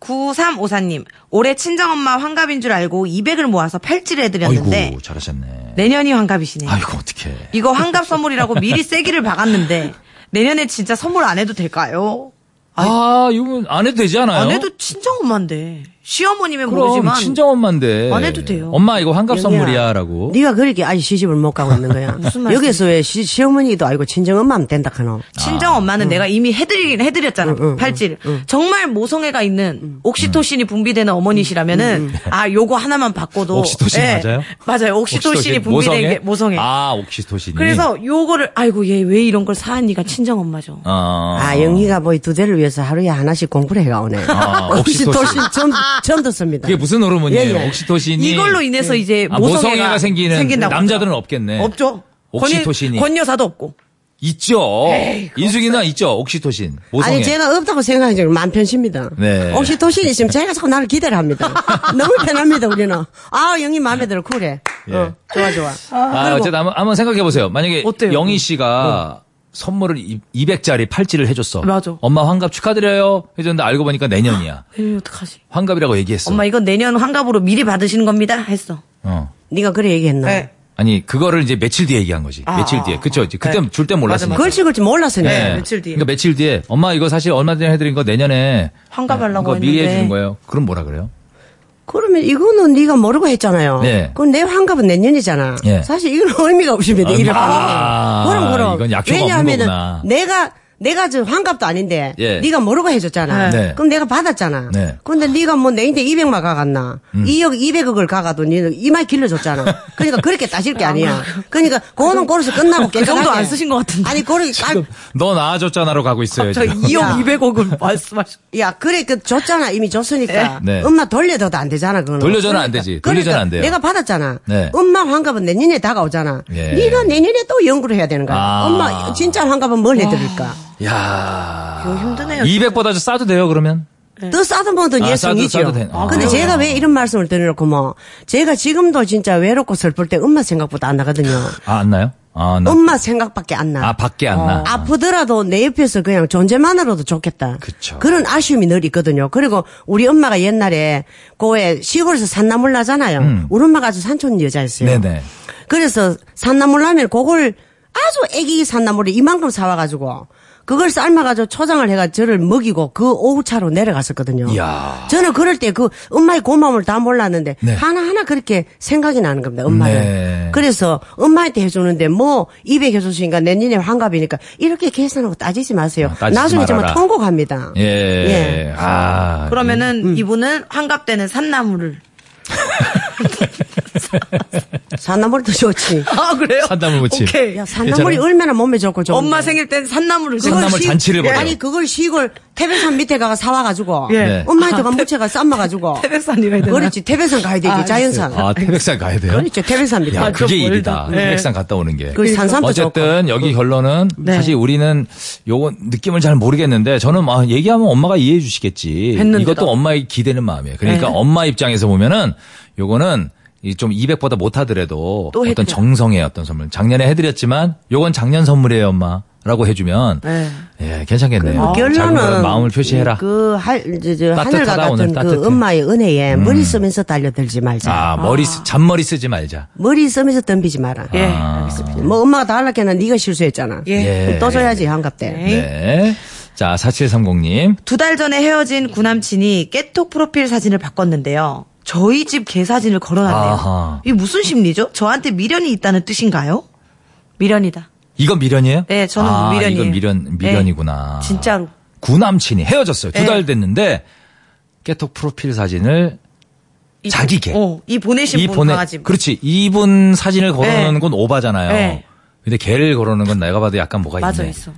C: 9354님, 올해 친정엄마 환갑인 줄 알고 200을 모아서 팔찌를 해드렸는데,
B: 아이고, 잘하셨네.
C: 내년이 환갑이시네요.
B: 아이고, 어떡해.
C: 이거 환갑 선물이라고 미리 세기를 박았는데, 내년에 진짜 선물 안 해도 될까요?
B: 아, 이거 안 해도 되지 않아요?
C: 안 해도 친정엄마인데. 시어머님은
B: 그럼
C: 모르지만.
B: 친정엄마인데.
C: 안 해도 돼요.
B: 엄마 이거 환갑
D: 영희야,
B: 선물이야 라고.
D: 네가 그렇게 아직 시집을 못 가고 있는 거야.
C: 무슨 말씀?
D: 여기서 왜 시, 시어머니도 아니고 친정엄마면 된다 카노.
C: 엄마는
B: 아,
C: 내가 이미 해드리긴 해드렸잖아 팔찌를 정말 모성애가 있는 옥시토신이 분비되는 어머니시라면은 아 요거 하나만 바꿔도 예.
B: 옥시토신 맞아요?
C: 맞아요 옥시토신이 분비된 게 모성애
B: 아, 옥시토신이.
C: 그래서 요거를 아이고 얘 왜 이런 걸 사니가 친정 엄마죠.
B: 예. 아,
D: 아, 영희가 뭐 이 두 대를 위해서 하루에 하나씩 공부를 해가오네.
B: 아, 옥시토신.
D: 옥시토신 처음, 처음 듣습니다.
B: 그게 무슨 호르몬이에요?
D: 예, 예.
B: 옥시토신이.
C: 이걸로 인해서 이제
B: 아,
C: 예, 모성애가,
B: 모성애가 생기는
C: 생긴다고
B: 남자들은
C: 하죠.
B: 없겠네.
C: 없죠.
B: 옥시토신이.
C: 권, 여사도 없고.
B: 있죠. 인숙이나 있죠. 옥시토신. 모성애.
D: 아니 제가 없다고 생각한 적은 마음 편십니다.
B: 네.
D: 옥시토신 있으면 제가 자꾸 나를 기대를 합니다. 너무 편합니다 우리는. 아 영희 마음에 들어 쿨해.
B: 예.
D: 어, 좋아 좋아.
B: 아, 어쨌든 한번, 한번 생각해 보세요. 만약에
C: 어때요?
B: 영희 씨가 선물을 200짜리 팔찌를 해줬어.
C: 맞아.
B: 엄마 환갑 축하드려요. 해줬는데 알고 보니까 내년이야.
C: 에이, 어떡하지?
B: 환갑이라고 얘기했어.
C: 엄마 이건 내년 환갑으로 미리 받으시는 겁니다. 했어.
B: 어.
D: 네가 그래 얘기했나?
C: 네.
B: 아니 그거를 이제 며칠 뒤에 얘기한 거지.
C: 아,
B: 며칠 뒤에. 그쵸? 이제 그때 줄 때 몰랐으니까.
D: 그걸지 그걸지 몰랐으니.
B: 예.
C: 네, 며칠 뒤에.
B: 그러니까 며칠 뒤에 엄마 이거 사실 얼마 전에 해드린 거 내년에
C: 환갑하려고
B: 이거 미리
C: 했는데.
B: 해주는 거예요. 그럼 뭐라 그래요?
D: 그러면 이거는 네가 모르고 했잖아요.
B: 네.
D: 그럼 내 환갑은 내년이잖아.
B: 예.
D: 사실 이건 의미가 없습니다.
B: 아,
D: 이런
B: 아,
D: 방법은. 그럼 그럼.
B: 이건 약효가 없는
D: 왜냐하면은
B: 거구나.
D: 내가 내가 저 환갑도 아닌데
B: 예.
D: 네가 모르고 해줬잖아.
B: 네.
D: 그럼 내가 받았잖아.
B: 네. 음.
D: 근데 네가 뭐 내인데 200만 가갔나? 2억 200억을 가가도 니는 이마에 길러줬잖아. 그러니까 그렇게 따질 게 아니야. 그러니까 그거는 고로서 끝나고
C: 그 정도
D: 깨끗하게.
C: 안 쓰신 것 같은데.
D: 아니 고로 깔
B: 너 나아졌잖아로 가고 있어요.
C: 저
B: 지금.
C: 2억 200억을 말씀하셨.
D: 야, 그래, 그, 줬잖아. 이미 줬으니까.
B: 네.
D: 엄마 돌려줘도 안 되잖아, 그거는.
B: 돌려줘는 안 되지.
D: 그러니까
B: 돌려줘는 안 돼요.
D: 내가 받았잖아.
B: 네.
D: 엄마 환갑은 내년에 다가오잖아.
B: 예.
D: 네가 내년에 또 연구를 해야 되는 거야.
B: 아.
D: 엄마, 진짜 환갑은 뭘 해드릴까?
B: 야
C: 이거 힘드네요,
B: 200보다 좀 싸도 돼요 그러면?
D: 더 싸든 뭐든
B: 아, 싸도-
D: 예상이죠.
B: 싸도 돼. 아,
D: 근데
B: 그래요?
D: 제가 왜 이런 말씀을 드려놓고 뭐, 제가 지금도 진짜 외롭고 슬플 때 엄마 생각보다 안 나거든요.
B: 아 안 나요? 아 나.
D: 엄마 생각밖에 안 나.
B: 아 밖에 안 나.
D: 아프더라도 내 옆에서 그냥 존재만으로도 좋겠다.
B: 그쵸.
D: 런 아쉬움이 늘 있거든요. 그리고 우리 엄마가 옛날에 고에 시골에서 산나물 나잖아요. 우리 엄마가 아주 산촌 여자였어요.
B: 음. 네네.
D: 그래서 산나물 나면 그걸 아주 애기 산나물을 이만큼 사와가지고 그걸 삶아가지고 초장을 해가 저를 먹이고 그 오후차로 내려갔었거든요.
B: 이야.
D: 저는 그럴 때 그 엄마의 고마움을 다 몰랐는데
B: 네.
D: 하나하나 그렇게 생각이 나는 겁니다. 엄마를.
B: 네.
D: 그래서 엄마한테 해주는데 뭐 200 해줬으니까 내년에 환갑이니까 이렇게 계산하고 따지지 마세요.
B: 아, 따지지
D: 나중에 정말
B: 말아라.
D: 통곡합니다.
B: 예. 아.
C: 그러면은 이분은 환갑 때는 산나물을.
D: 산나물도 좋지.
C: 아 그래요?
B: 산나물 무침.
C: 오케이.
D: 야, 산나물이
B: 괜찮아요?
D: 얼마나 몸에 좋고 좋은데.
C: 엄마 생일 땐 산나물을.
D: 그걸
B: 산나물
D: 시-
B: 잔치를 벌여요.
D: 아니 그걸 시골 태백산 밑에 가가 사와가지고
C: 예.
B: 네.
D: 엄마한테 가 무채가 삶아가지고
C: 태백산이어야 되나?
D: 그렇지 태백산 가야 되지
C: 아,
D: 자연산.
B: 아 태백산 가야 돼요?
D: 그렇지 태백산 밑에.
B: 야
C: 아, 좀
B: 그게
C: 멀다.
B: 일이다.
C: 네.
B: 태백산 갔다 오는 게.
D: 그 산삼도
B: 어쨌든 여기 결론은
C: 네.
B: 사실 우리는 요건 느낌을 잘 모르겠는데 저는 아, 얘기하면 엄마가 이해해 주시겠지.
C: 했는데도. 네.
B: 이것도 엄마의 기대는 마음이에요. 그러니까 엄마 입장에서 보면은 요거는 이 좀 200보다 못하더라도
C: 또 해드려.
B: 어떤 정성의 어떤 선물. 작년에 해드렸지만 요건 작년 선물이에요, 엄마. 라고 해주면
C: 네.
B: 예 괜찮겠네요.
D: 그
B: 작은
D: 결론은
B: 마음을 표시해라.
D: 그 할, 이제 저 하늘과
B: 따뜻하다, 오늘
D: 같은 그
B: 따뜻해. 음.
D: 엄마의 은혜에 머리 쓰면서 달려들지 말자.
B: 아 머리 쓰- 잔머리 쓰지 말자.
D: 머리 쓰면서 덤비지 마라.
C: 예.
B: 아.
C: 알겠습니다.
D: 뭐 엄마가 다 할라케나 네가 실수했잖아.
C: 예.
D: 그럼 또 줘야지 환갑 때.
B: 네. 자 4730님.
C: 두 달 전에 헤어진 구남친이 깨톡 프로필 사진을 바꿨는데요. 저희 집 개 사진을 걸어놨네요.
B: 아하.
C: 이게 무슨 심리죠? 저한테 미련이 있다는 뜻인가요? 미련이다.
B: 이건 미련이에요?
C: 네, 저는
B: 아,
C: 미련이에요.
B: 이건 미련 미련이구나.
C: 네, 진짜로.
B: 구남친이 헤어졌어요.
C: 네.
B: 두 달 됐는데 깨톡 프로필 사진을
C: 이-
B: 자기 개.
C: 어, 이 보내신 분 강아지.
B: 그렇지 이분 사진을 걸어놓는
C: 네.
B: 건 오바잖아요.
C: 네.
B: 근데 개를 걸어놓는 건 내가 봐도 약간 뭐가
C: 맞아
B: 있네.
C: 있어.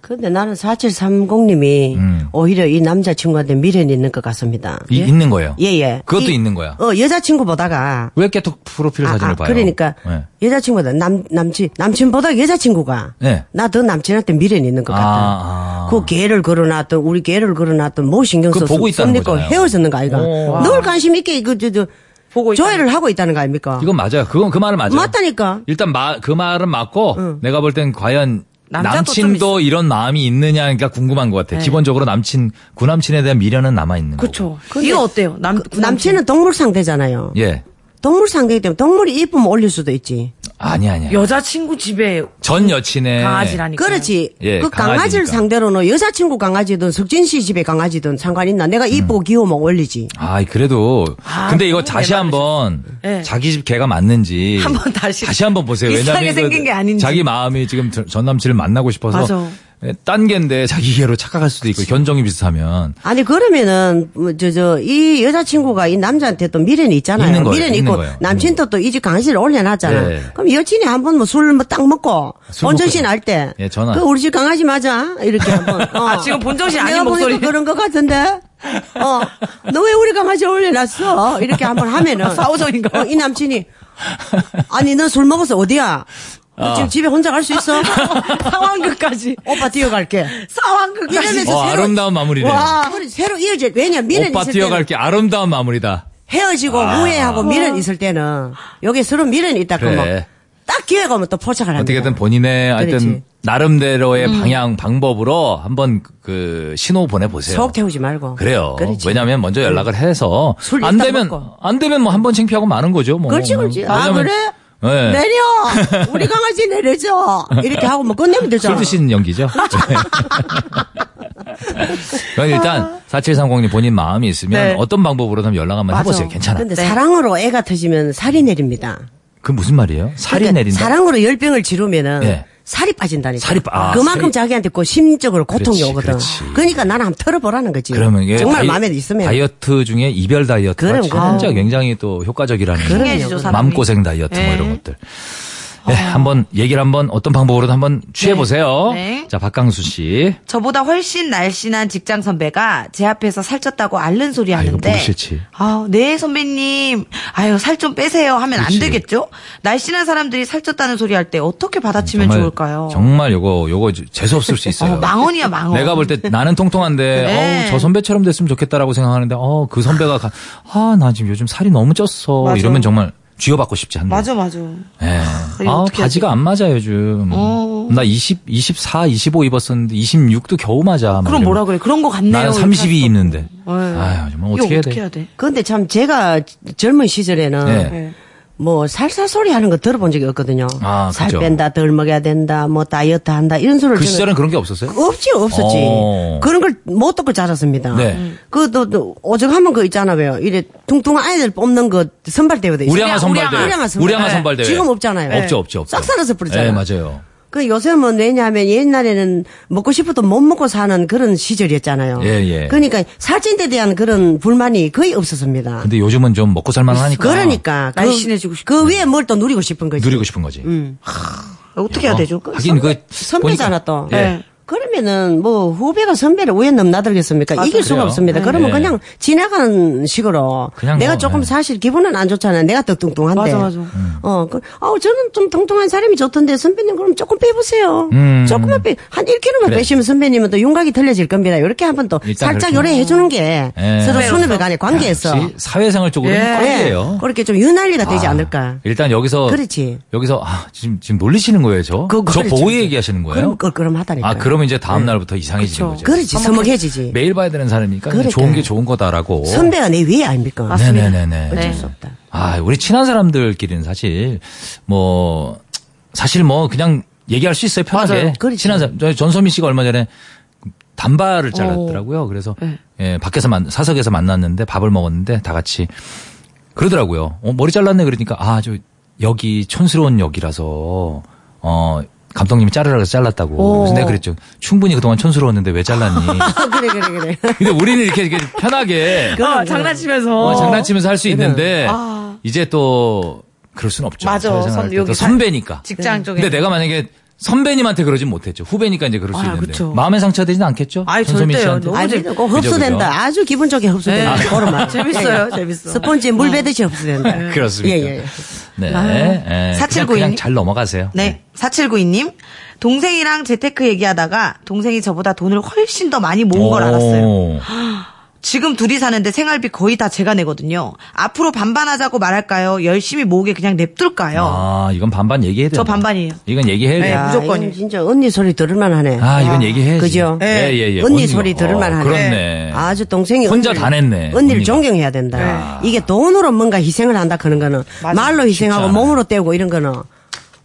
D: 근데 나는 4730님이 오히려 이 남자친구한테 미련이 있는 것 같습니다.
B: 음. 이- 있는 거예요.
D: 예, 예.
B: 그것도
D: 이-
B: 있는 거야.
D: 어, 여자친구보다가.
B: 왜 깨톡 프로필
D: 아,
B: 사진을
D: 아,
B: 봐요?
D: 그러니까
B: 네.
D: 여자친구보다 남, 남친, 남친보다 여자친구가.
B: 네.
D: 나 더 남친한테 미련이 있는 것
B: 아,
D: 같아.
B: 아.
D: 그 개를 걸어놨던, 우리 개를 걸어놨던 뭐 신경
B: 그거
D: 써서
B: 보고 있다는
D: 손
B: 거잖아요.
D: 헤어졌는 거 아이가.
B: 오.
D: 늘 관심 있게, 그, 저, 저,
C: 보고 있다는
D: 조회를 하고 있다는 거 아닙니까?
B: 이건 맞아요. 그건 그 말은 맞아요.
D: 맞다니까.
B: 일단 마- 그 말은 맞고 내가 볼 땐 과연
C: 남자도
B: 남친도
C: 좀 네.
B: 이런 마음이 있느냐가 궁금한 것 같아. 요 기본적으로 남친 구남친에 대한 미련은 남아 있는 거고.
C: 그렇죠. 이거 어때요? 남
D: 그 남친은 동물 상대잖아요.
B: 예.
D: 동물 상대이기 때문에 동물이 이쁘면 올릴 수도 있지.
B: 아니 아니야.
C: 여자친구 집에
B: 전 여친의
C: 강아지라니까.
D: 그렇지.
B: 예,
D: 그 강아지를
B: 강아지니까.
D: 상대로는 여자친구 강아지든 석진 씨 집의 강아지든 상관 있나? 내가
B: 음.
D: 이쁘고 귀여우면 올리지.
B: 아, 그래도
C: 아,
B: 근데 이거
C: 그건
B: 다시
C: 내
B: 한번
C: 예.
B: 자기 집 개가 맞는지
C: 한번 다시
B: 한번 보세요.
C: 비슷하게
B: 왜냐면
C: 생긴 게 아닌지.
B: 자기 마음이 지금 저- 전 남친을 만나고 싶어서
C: 맞아.
B: 예, 딴 개인데 자기 개로 착각할 수도 있고 견종이 비슷하면
D: 아니 그러면은 뭐, 저 저 이 여자친구가 이 남자한테 또 미련이 있잖아요.
B: 있는 거예요,
D: 미련이
B: 있는
D: 있고
B: 거예요.
D: 남친도
C: 음.
D: 또 이 집 강아지를 올려놨잖아.
C: 네.
B: 예.
D: 그럼 여친이 한번 뭐 술 뭐 딱 먹고
C: 아,
B: 술 먹고
D: 본전신
B: 전-
D: 할 때.
B: 예, 전화.
D: 그 우리 집 강아지 맞아? 이렇게 한번. 어.
C: 아, 지금 본정신 아닌
D: 내가 보니까
C: 목소리.
D: 그런 것 같은데. 어. 너 왜 우리 강아지 올려놨어? 이렇게 한번 하면은.
C: 사오성인가요?
D: 어, 이 남친이 아니 너 술 먹어서 어디야?
C: 아.
D: 너 지금 집에 혼자 갈 수 있어?
C: 상황극까지.
D: 오빠 뛰어갈게.
C: 상황극까지.
D: 이러면서
B: 어,
D: 새로-
B: 아름다운 마무리네요.
D: 와, 그래, 새로 이어질 왜냐 미련
B: 오빠
D: 있을
B: 뛰어갈게 아. 아름다운 마무리다.
D: 때는 헤어지고 후회하고 미련 있을 때는 여기 서로 미련 이 있다 그러면
B: 그래.
D: 딱 기회가 오면 또 포착을 합니다.
B: 어떻게든 본인의
D: 그렇지. 음.
B: 하여튼 나름대로의 방향 방법으로 한번 그 신호 보내 보세요.
D: 속 태우지 말고.
B: 그래요.
D: 그렇지.
B: 왜냐하면 먼저 연락을 해서
D: 술
B: 안
D: 일단
B: 되면
D: 먹고.
B: 안 되면 뭐 한 번 창피하고 마는 거죠. 뭐.
D: 그렇지, 그렇지. 아,
B: 왜냐면
D: 그래?
B: 네.
D: 내려! 우리 강아지 내려줘! 이렇게 하고 뭐 끝내면 되잖아.
B: 술 드신 연기죠?
D: 그렇죠.
B: 그럼 일단 4730님 본인 마음이 있으면
C: 네.
B: 어떤 방법으로든 연락 한번
D: 아. 맞아.
B: 해보세요. 괜찮아. 네.
D: 근데 사랑으로 애가 터지면 살이 내립니다.
B: 그 무슨 말이에요? 살이
D: 그러니까
B: 내린다.
D: 사랑으로 열병을 지르면은
B: 예.
D: 살이 빠진다니까.
B: 살이 빠- 아,
D: 그만큼
B: 살이-
D: 자기한테 그 심적으로 고통이
B: 그렇지,
D: 오거든.
B: 그렇지.
D: 그러니까 나는 한번 털어보라는 거지.
B: 그러면 이게
D: 예. 정말
B: 다이-
D: 마음에 있으면.
B: 다이어트 중에 이별 다이어트가
D: 그럼,
B: 진짜
D: 그럼.
B: 굉장히 또 효과적이라는
D: 그럼요. 예. 어.
B: 거예요.
C: 흉해지죠, 사람이.
B: 마음고생 다이어트 뭐
C: 네.
B: 이런 것들. 네, 한번 얘기를 한번 어떤 방법으로든 한번 취해 보세요.
C: 네.
B: 자, 박강수 씨.
C: 저보다 훨씬 날씬한 직장 선배가 제 앞에서 살쪘다고 앓는 소리
B: 아, 이거
C: 하는데
B: 보기 싫지.
C: 아우, 네 선배님 아유 살 좀 빼세요 하면
B: 그렇지.
C: 안 되겠죠 날씬한 사람들이 살쪘다는 소리 할 때 어떻게 받아치면 좋을까요
B: 정말 요거 요거 재수 없을 수 있어요.
C: 어, 망언이야 망언
B: 내가 볼 때 나는 통통한데
C: 네.
B: 어우 저 선배처럼 됐으면 좋겠다라고 생각하는데 어 그 선배가 아 나 지금 요즘 살이 너무 쪘어
C: 맞아.
B: 이러면 정말 쥐어받고 싶지 않나.
C: 맞아 맞아
B: 예.
C: 이거
B: 아,
C: 어떻게
B: 바지가 안 맞아, 요즘.
C: 어.
B: 나 20, 24, 25 입었었는데, 26도 겨우 맞아. 막
C: 그럼
B: 이러면.
C: 뭐라 그래 그런 거 같네요
B: 나는
C: 이렇게
B: 32
C: 하니까.
B: 입는데.
C: 예.
B: 아유, 정말
C: 이거
B: 어떻게 해야 돼?
C: 어떻게 해야 돼
D: 근데 참 제가 젊은 시절에는
B: 네.
C: 예.
D: 뭐 살살 소리 하는 거 들어본 적이 없거든요.
B: 아,
D: 살
B: 그죠.
D: 뺀다, 덜 먹여야 된다, 뭐 다이어트 한다 이런 소리를
B: 그
D: 저는
B: 시절엔 그런 게 없었어요?
D: 없지 없었지.
B: 어.
D: 그런 걸 못 듣고 자랐습니다.
B: 네. 음.
D: 그또 또 오죽하면 그 있잖아 왜요. 이래 퉁퉁한 아이들 뽑는 그 선발대회 돼 있어요.
B: 우량아 선발대회.
D: 우량아 선발대회.
B: 우량아 선발대회.
D: 예. 지금 없잖아요.
B: 없죠, 없죠, 없죠.
D: 싹 사라져
B: 예,
D: 버리잖아요.
B: 맞아요.
D: 그 요새는 왜냐하면 옛날에는 먹고 싶어도 못 먹고 사는 그런 시절이었잖아요.
B: 예, 예.
D: 그러니까 살찐 데 대한 그런 불만이 거의 없었습니다.
B: 근데 요즘은 좀 먹고 살만 하니까.
D: 그러니까 그-
C: 아, 날씬해지고 싶-
D: 그 위에 뭘 또 누리고 싶은 거지.
B: 누리고 싶은 거지.
D: 음, 아,
C: 어떻게 해야
B: 어,
C: 되죠 그
B: 하긴 그.
D: 선배잖아
B: 보니까-
D: 또.
B: 예.
C: 네.
D: 그러면은 뭐 후배가 선배를 왜 넘나들겠습니까? 이길 수가
B: 그래요.
D: 없습니다.
B: 네.
D: 그러면
B: 네.
D: 그냥 지나가는 식으로
B: 그냥
D: 내가
B: 뭐,
D: 조금
B: 네.
D: 사실 기분은 안 좋잖아요. 내가 더 뚱뚱한데.
C: 맞아, 맞아.
D: 어, 그, 아우 저는 좀 통통한 사람이 좋던데 선배님 그럼 조금 빼보세요.
B: 음.
D: 조금만 빼, 한 1kg만
B: 그래.
D: 빼시면 선배님은 또 윤곽이 틀려질 겁니다. 이렇게 한번 또
B: 일단
D: 살짝
B: 그렇게.
D: 요래해 주는 게
B: 예.
C: 네,
D: 서로 수뇌배 간의 관계에서
B: 아, 역시 사회생활 쪽으로는
C: 예.
B: 꼴이에요. 아,
D: 그렇게 좀 유난리가 되지 않을까.
B: 일단 여기서.
D: 그렇지.
B: 여기서, 아, 지금, 지금 놀리시는 거예요, 저?
D: 그거를
B: 저 보고
D: 지금-
B: 얘기하시는 거예요?
D: 그럼 껄끄럼하다니까.
B: 아, 그러면 이제 다음날부터 이상해지는 거죠.
D: 네. 그렇지 서먹해지지.
B: 매일 봐야 되는 사람이니까 그냥
D: 그러니까요.
B: 좋은 게 좋은 거다라고.
D: 선배가 내 위에 아닙니까?
C: 맞습니다.
B: 어? 네네네네.
D: 어쩔 수 없다.
B: 아, 우리 친한 사람들끼리는 사실 뭐 사실 뭐 그냥 얘기할 수 있어요 편하게.
D: 맞아요. 그렇지.
B: 친한 사람. 저 전소민 씨가 얼마 전에
D: 어.
B: 단발을 잘랐더라고요. 그래서
D: 네.
B: 예, 밖에서 만, 사석에서 만났는데 밥을 먹었는데 다 같이 그러더라고요. 어, 머리 잘랐네 그러니까 아, 저 여기 촌스러운 역이라서 어 감독님이 자르라고 해서 잘랐다고.
D: 어.
B: 그래서 내가 그랬죠. 충분히 그동안 촌스러웠는데 왜 잘랐니?
C: 아,
D: 그래 그래 그래.
B: 근데 우리는 이렇게, 이렇게 편하게
C: 어, 네. 장난치면서
B: 어, 장난치면서 할 수 있는데 이제 또 그럴 순 없죠.
C: 맞아.
B: 사회생활
C: 선-
B: 할때
C: 여기
B: 또
C: 사-
B: 선배니까.
C: 직장 쪽에
B: 근데 내가 만약에 선배님한테 그러진 못했죠. 후배니까 이제 그럴 수
C: 아,
B: 있는데
C: 그쵸.
B: 마음의 상처 되진 않겠죠.
C: 아이,
B: 전소민
C: 절대요.
B: 씨한테.
C: 너무
D: 아니
C: 재밌-
D: 꼭 흡수된다.
B: 그죠, 그죠.
D: 아주 기분 좋게 흡수된다.
C: 네.
D: 그런 말.
C: 재밌어요, 재밌어.
D: 스펀지에 물 배듯이 흡수된다.
B: 그렇습니까?
D: 예, 예.
B: 네. 예, 그냥,
C: 4792
B: 그냥
C: 님.
B: 잘 넘어가세요.
C: 아, 네. 4792님. 동생이랑 재테크 얘기하다가 동생이 저보다 돈을 훨씬 더 많이 모은 걸 알았어요.
B: 오.
C: 지금 둘이 사는데 생활비 거의 다 제가 내거든요. 앞으로 반반하자고 말할까요? 열심히 모으게 그냥 냅둘까요?
B: 아, 이건 반반 얘기해야 돼요.
C: 저 반반이에요.
B: 이건 얘기해야 돼요.
C: 네,
D: 야,
C: 무조건이에요.
D: 이건 진짜 언니 소리 들을만 하네.
B: 아, 이건 얘기해야지.
D: 그죠?
B: 예, 예, 예.
D: 언니,
B: 언니가-
D: 소리 들을만
B: 어,
D: 하네.
B: 그렇네.
D: 아주 동생이
B: 혼자
D: 언니를-
B: 다 냈네,
D: 언니를
B: 언니가.
D: 존경해야 된다. 이게 돈으로 뭔가 희생을 한다 그런 거는 말로 희생하고
B: 않아요.
D: 몸으로 떼고 이런 거는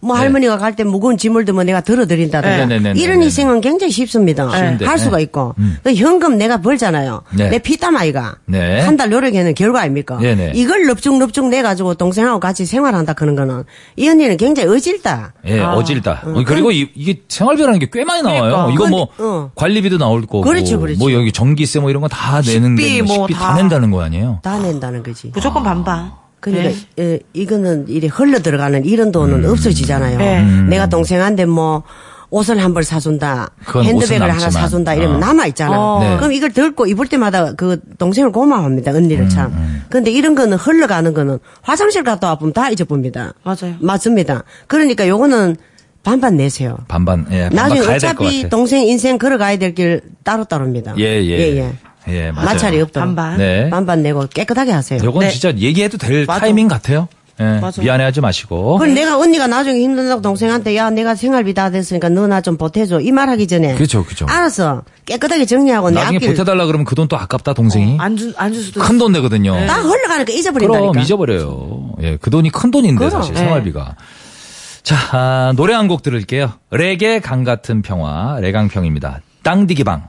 D: 뭐
B: 네.
D: 할머니가 갈 때 무거운 짐을 들면 내가 들어드린다든가
B: 네, 네, 네, 네,
D: 이런
B: 네.
D: 희생은 굉장히 쉽습니다.
B: 쉬운데,
D: 할
B: 네.
D: 수가 있고 그 현금 내가 벌잖아요.
B: 네.
D: 내 피땀 아이가
B: 네.
D: 한 달 노력에는 결과 아닙니까?
B: 네, 네.
D: 이걸 럽죽럽죽 내 가지고 동생하고 같이 생활한다 그런 거는 이 언니는 굉장히 아, 어질다.
B: 예, 어질다. 어, 그리고 이, 게 생활비라는 게 꽤 많이 나와요. 이거 뭐
D: 근데, 어.
B: 관리비도 나올 거고,
D: 그렇지, 그렇지.
B: 뭐 여기 전기세 뭐 이런 거 다 내는 데
C: 식비
B: 식비
C: 뭐
B: 다
C: 다.
B: 낸다는 거 아니에요?
D: 다 낸다는 거지.
C: 무조건 반반.
D: 그러니까
C: 네.
D: 예, 이거는 이래 흘러 들어가는 이런
B: 음.
D: 돈은 없어지잖아요.
C: 네.
D: 내가 동생한테 뭐 옷을 한 벌 사준다,
B: 그건 옷은
D: 핸드백을 하나
B: 남지만.
D: 사준다 이러면
B: 어.
D: 남아 있잖아.
C: 어.
B: 네.
D: 그럼 이걸 들고 입을 때마다 그 동생을 고마워합니다.
B: 음,
D: 언니를 참. 그런데 이런 거는 흘러가는 거는 화장실 갔다 와보면 다 잊어봅니다.
C: 맞아요.
D: 맞습니다. 그러니까 요거는 반반 내세요.
B: 반반, 예, 반반
D: 나중에
B: 가야 될 것
D: 어차피
B: 같아요.
D: 동생 인생 걸어가야 될 길 따로따로입니다.
B: 예, 예.
D: 예,
B: 예, 맞아요.
D: 마찰이 없도록
C: 반반.
B: 네.
D: 반반 내고 깨끗하게 하세요.
B: 요건
C: 네.
B: 진짜 얘기해도 될
C: 맞아.
B: 타이밍 같아요. 예,
C: 맞아.
B: 미안해하지 마시고.
D: 그럼 내가 언니가 나중에 힘든다고 동생한테 야 내가 생활비 다 됐으니까 너 나 좀 보태줘 이 말하기 전에
B: 그렇죠, 그죠, 그죠.
D: 알았어 깨끗하게 정리하고 내
B: 나중에
D: 앞길
B: 보태달라 그러면 그 돈 또 아깝다 동생이.
C: 안줄 안 줄 수도
B: 큰
C: 있어.
B: 돈 되거든요.
D: 딱 흘러가니까 잊어버린다니까
B: 그럼 잊어버려요. 예, 그 돈이 큰 돈인데 사실
C: 네.
B: 생활비가. 자 아, 노래 한 곡 들을게요. 레게 강 같은 평화 레강평입니다. 땅디기방.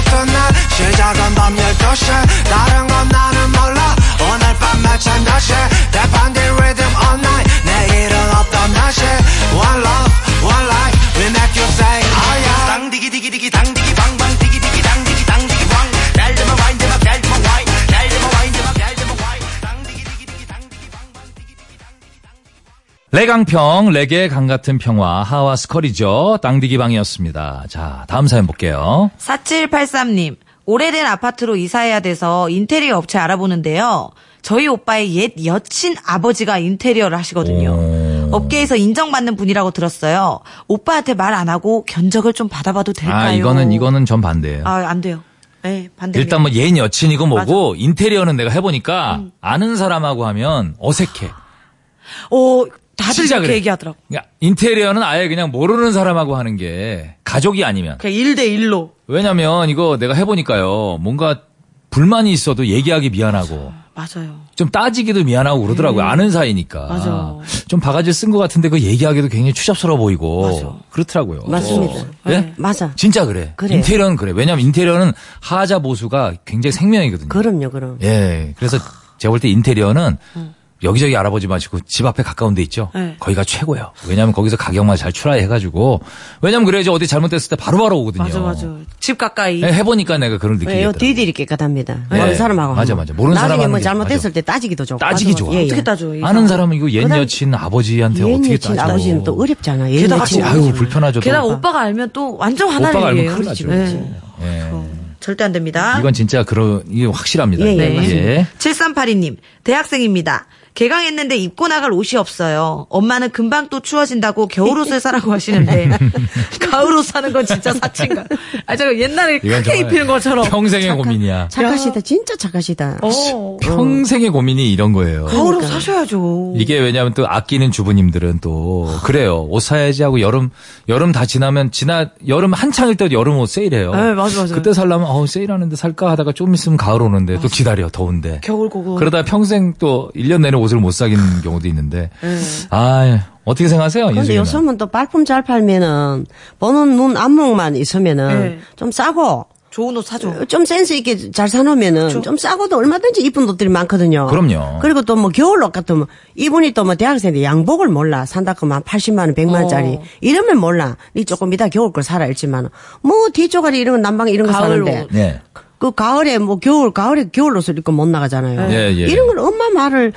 A: 시작은 밤 12시 다른 건 나는 몰라 오늘 밤 마찬 다시 대판기 리듬 all night 내일은 없던 다시 One love, one life We make you say oh yeah 당디기디기디기 당디기 방방 디기디기 당디기 당디기 왕 날대마 와인대마 날대마 와인 날대마 와인대마 날대마 와인 당디기디기디기 당디기 방방 디기디기 당디기 당디기
B: 레강평 레게 강 같은 평화 하와 스컬이죠. 땅디기방이었습니다. 자 다음 사연 볼게요.
C: 4783님, 오래된 아파트로 이사해야 돼서 인테리어 업체 알아보는데요. 저희 오빠의 옛 여친 아버지가 인테리어를 하시거든요.
B: 오.
C: 업계에서 인정받는 분이라고 들었어요. 오빠한테 말 안 하고 견적을 좀 받아봐도 될까요?
B: 아 이거는 이거는 전 반대예요.
C: 아, 안 돼요. 네, 반대.
B: 일단 뭐 예인 여친이고 뭐고 인테리어는 내가 해보니까
C: 음.
B: 아는 사람하고 하면 어색해.
C: 오, 다들
B: 시작을
C: 이렇게
B: 해.
C: 얘기하더라고.
B: 그러니까 인테리어는 아예 그냥 모르는 사람하고 하는 게 가족이 아니면.
C: 그냥 1대1로.
B: 왜냐면 이거 내가 해보니까요. 뭔가 불만이 있어도 얘기하기 미안하고
C: 맞아요. 음.
B: 좀 따지기도 미안하고 그러더라고요. 아는 사이니까.
C: 맞아.
B: 좀 바가지를 쓴 것 같은데 그 얘기하기도 굉장히 추잡스러워 보이고 그렇더라고요.
D: 맞습니다.
C: 네.
B: 어. 예?
D: 맞아
B: 진짜 그래.
D: 그래요.
B: 인테리어는 그래. 왜냐면 인테리어는 하자 보수가 굉장히 생명이거든요.
D: 그럼요 그럼
B: 예. 그래서 제가 볼 때 인테리어는 여기저기 알아보지 마시고 집 앞에 가까운 데 있죠.
C: 음. 네.
B: 거기가 최고예요. 왜냐하면 거기서 가격만 잘 추라해 가지고 왜냐면 그래야지 어디 잘못됐을 때 바로바로 오거든요.
C: 맞아, 맞아. 집 가까이.
B: 예, 해보니까 내가 그런 느낌이
D: 왜요
B: 있더라고요.
D: 뒤들이 깨끗합니다
B: 네.
D: 모르는 사람하고
B: 맞아,
D: 하면.
B: 맞아. 모르는
D: 나중에
B: 사람하고
D: 뭐
B: 하는 게
D: 잘못됐을 때 따지기도 좋고 뭐
B: 따지기 좋아. 예,
C: 어떻게 따져요? 이
B: 아는
C: 사람?
B: 사람은 이거 옛
D: 그다음-
B: 여친 아버지한테
D: 옛
B: 어떻게
D: 여친
B: 따지고.
D: 아버지는 또 어렵잖아 옛
C: 게다가
D: 여친
C: 또-
B: 아유 불편하죠. 또.
C: 게다가 네. 오빠가 알면 또 완전 화날
B: 오빠가 알면
C: 일이에요.
B: 큰일 나죠.
C: 네. 네,
B: 예.
C: 절대 안 됩니다.
B: 이건 진짜 그런 이게 확실합니다.
D: 예, 예,
B: 이거.
D: 맞습니다.
B: 예.
C: 7382님, 대학생입니다. 개강했는데 입고 나갈 옷이 없어요. 엄마는 금방 또 추워진다고 겨울옷을 사라고 하시는데, 가을옷 사는 건 진짜 사치인가. 아, 제가 옛날에
B: 이건
C: 크게
B: 정말
C: 입히는 것처럼.
B: 평생의 고민이야.
D: 착하시다 진짜 착하시다
C: 어,
B: 평생의 고민이 이런 거예요.
C: 가을옷 사셔야죠.
B: 이게 왜냐하면 또 아끼는 주부님들은 또 그래요 옷 사야지 하고 여름 여름 다 지나면 지나 여름 한창일 때 여름 옷 세일해요.
C: 네, 맞아, 맞아.
B: 그때 살려면 어 세일하는데 살까 하다가 좀 있으면 가을 오는데 또 기다려 더운데.
C: 겨울 고고.
B: 그러다 평생 또 1년 내내 옷을 못 사기는 경우도 있는데. 아 어떻게 생각하세요?
D: 근데
B: 인수인은?
D: 요즘은 또 발품 잘 팔면은 보는 눈 안목만 있으면은
C: 네.
D: 좀 싸고
C: 좋은 옷 사줘.
D: 어. 좀 센스 있게 잘 사놓으면은 좀 싸고도 얼마든지 이쁜 옷들이 많거든요.
B: 그럼요.
D: 그리고 또 뭐 겨울 옷 같으면 이분이 또 뭐 대학생인데 양복을 몰라 산다 그만 80만 원, 100만 원짜리
C: 어.
D: 이러면 몰라. 니 조금 이따 겨울 걸 사라 했지만 뭐 뒤쪽아리 이런 거 난방 이런 거
C: 가을
D: 사는데
C: 옷.
B: 네.
D: 그 가을에 뭐 겨울 가을에 겨울 옷을 입고 못 나가잖아요.
B: 예,
C: 네.
B: 예.
D: 이런 걸 엄마 말을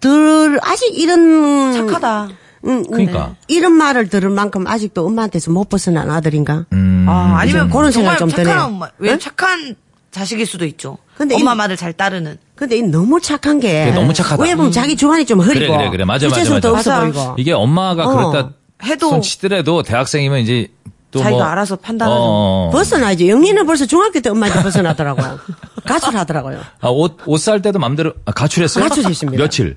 D: 들 아직 이런
C: 착하다.
D: 음, 음.
B: 그러니까.
D: 이런 말을 들을 만큼 아직도 엄마한테서 못 벗어난 아들인가?
C: 아, 아니면
D: 그런
C: 정말
D: 생각이 좀
C: 착한
D: 드네요.
C: 엄마. 왜 착한 자식일 수도 있죠.
D: 근데
C: 엄마
D: 이-
C: 말을 잘 따르는.
D: 근데 이 너무 착한 게
B: 그래, 너무 착하다.
D: 왜 보면 자기 주관이 좀
B: 그래
D: 흐리고
B: 그래 그래 맞아 맞아 맞아.
D: 주체성도 없어
C: 맞아.
D: 보이고
B: 이게 엄마가
D: 어.
B: 그렇다
C: 해도-
B: 손치더라도 대학생이면 이제 또
C: 자기가
B: 뭐-
C: 알아서 판단하는-
B: 어, 어.
D: 벗어나야지 영희는 벌써 중학교 때 엄마한테 벗어나더라고요. 가출 하더라고요.
B: 아, 옷, 옷 살 때도 맘대로, 아, 가출했어요?
D: 가출했습니다.
B: 며칠?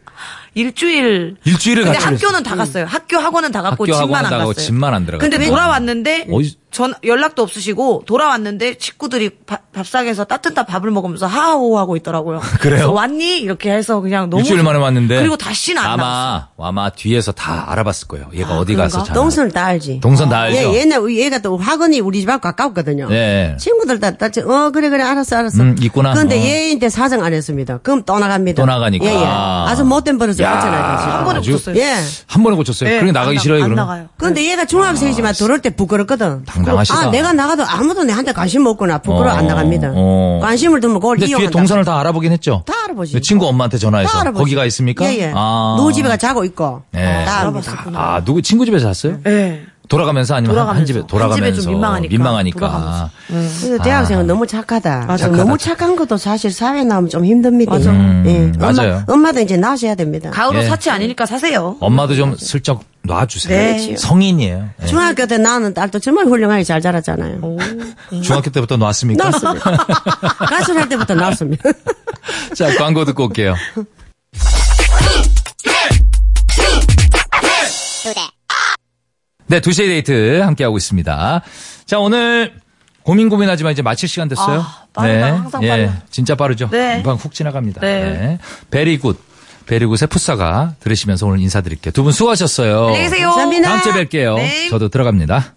C: 일주일.
B: 일주일을
C: 근데
B: 가출했어.
C: 학교는 다 갔어요. 학교 학원은 다 갔고
B: 학교
C: 집만 안
B: 학원 다 가고
C: 갔어요.
B: 집만 안 들어갔어요.
C: 근데
B: 아.
C: 돌아왔는데
B: 어디-
C: 전 연락도 없으시고 돌아왔는데 식구들이 바- 밥상에서 따뜻한 밥을 먹으면서 하하호 하고 있더라고요. 그래서 왔니? 이렇게 해서 그냥 너무
B: 일주일 만에 왔는데.
C: 그리고 다시는 안
B: 아마,
C: 나왔어.
B: 아마 뒤에서 다 알아봤을 거예요. 얘가 어디 가서 잘.
D: 동선을 다 알지.
B: 동선 다 알죠?
D: 예, 옛날 우리 얘가 또 학원이 우리 집 앞 가까웠거든요.
B: 예.
D: 친구들 다 따지. 어 그래 그래 알았어 알았어.
B: 음, 있구나.
D: 근데
B: 어.
D: 얘한테 사정 안 했습니다. 그럼 떠나갑니다.
B: 떠나가니까.
D: 예, 예. 아주 못된 버릇을
B: 야.
D: 고쳐놔야
C: 한 번에
B: 아주-
C: 붙었어요.
D: 예.
B: 한 번에 고쳤어요. 그러게 나가기 싫어요,
C: 안
B: 그러면.
C: 나가요.
D: 근데 얘가 중학생이지만 들어올 때 부끄럽거든.
B: 아, 당당하시다.
D: 아, 내가 나가도 아무도 내한테 관심 없거나 부끄러워 안
B: 어,
D: 나갑니다.
B: 어.
D: 관심을 두면 그걸
B: 근데 뒤에
D: 이용한다.
B: 동선을 다 알아보긴 했죠.
D: 다 알아보지.
B: 근데 친구 엄마한테 전화해서.
D: 다 알아보지.
B: 거기가 있습니까?
D: 예, 예.
B: 아.
D: 누구 집에 가 자고 있고.
B: 예.
D: 다 알아봤어.
B: 아, 누구 친구 집에 잤어요?
C: 예.
B: 돌아가면서 아니면 한- 한
C: 돌아가면서.
B: 집에
C: 한 집에
B: 돌아가면서
C: 좀 민망하니까.
B: 민망하니까.
C: 돌아가면서. 네.
D: 그래서
B: 아.
D: 대학생은 너무 착하다.
C: 맞아.
D: 좀 너무 착한 것도 사실 사회 나오면 좀 힘듭니다.
C: 맞아. 음,
D: 예.
B: 맞아요.
D: 엄마, 엄마도 이제 나셔야 됩니다.
C: 가을옷
B: 예.
C: 사치 아니니까 사세요.
B: 엄마도 좀 슬쩍 놔주세요.
C: 네.
B: 성인이에요. 예.
D: 중학교 때 낳은 딸도 정말 훌륭하게 잘 자랐잖아요.
B: 중학교 때부터 놨습니까?
D: 낳았습니다. 가수를 할 때부터 낳았습니다.
B: 자, 광고 듣고 올게요. 네, 2시의 데이트 함께하고 있습니다. 자, 오늘 고민 고민하지만 이제 마칠 시간 됐어요. 네. 예,
C: 아, 빠르다. 항상 빨라.
B: 진짜 빠르죠?
C: 네.
B: 금방 훅 지나갑니다.
C: 네.
B: 베리굿. 베리굿의 푸사가 들으시면서 오늘 인사드릴게요. 두 분 수고하셨어요.
C: 안녕히 계세요.
D: 감사합니다.
B: 다음 주에 뵐게요.
C: 네.
B: 저도 들어갑니다.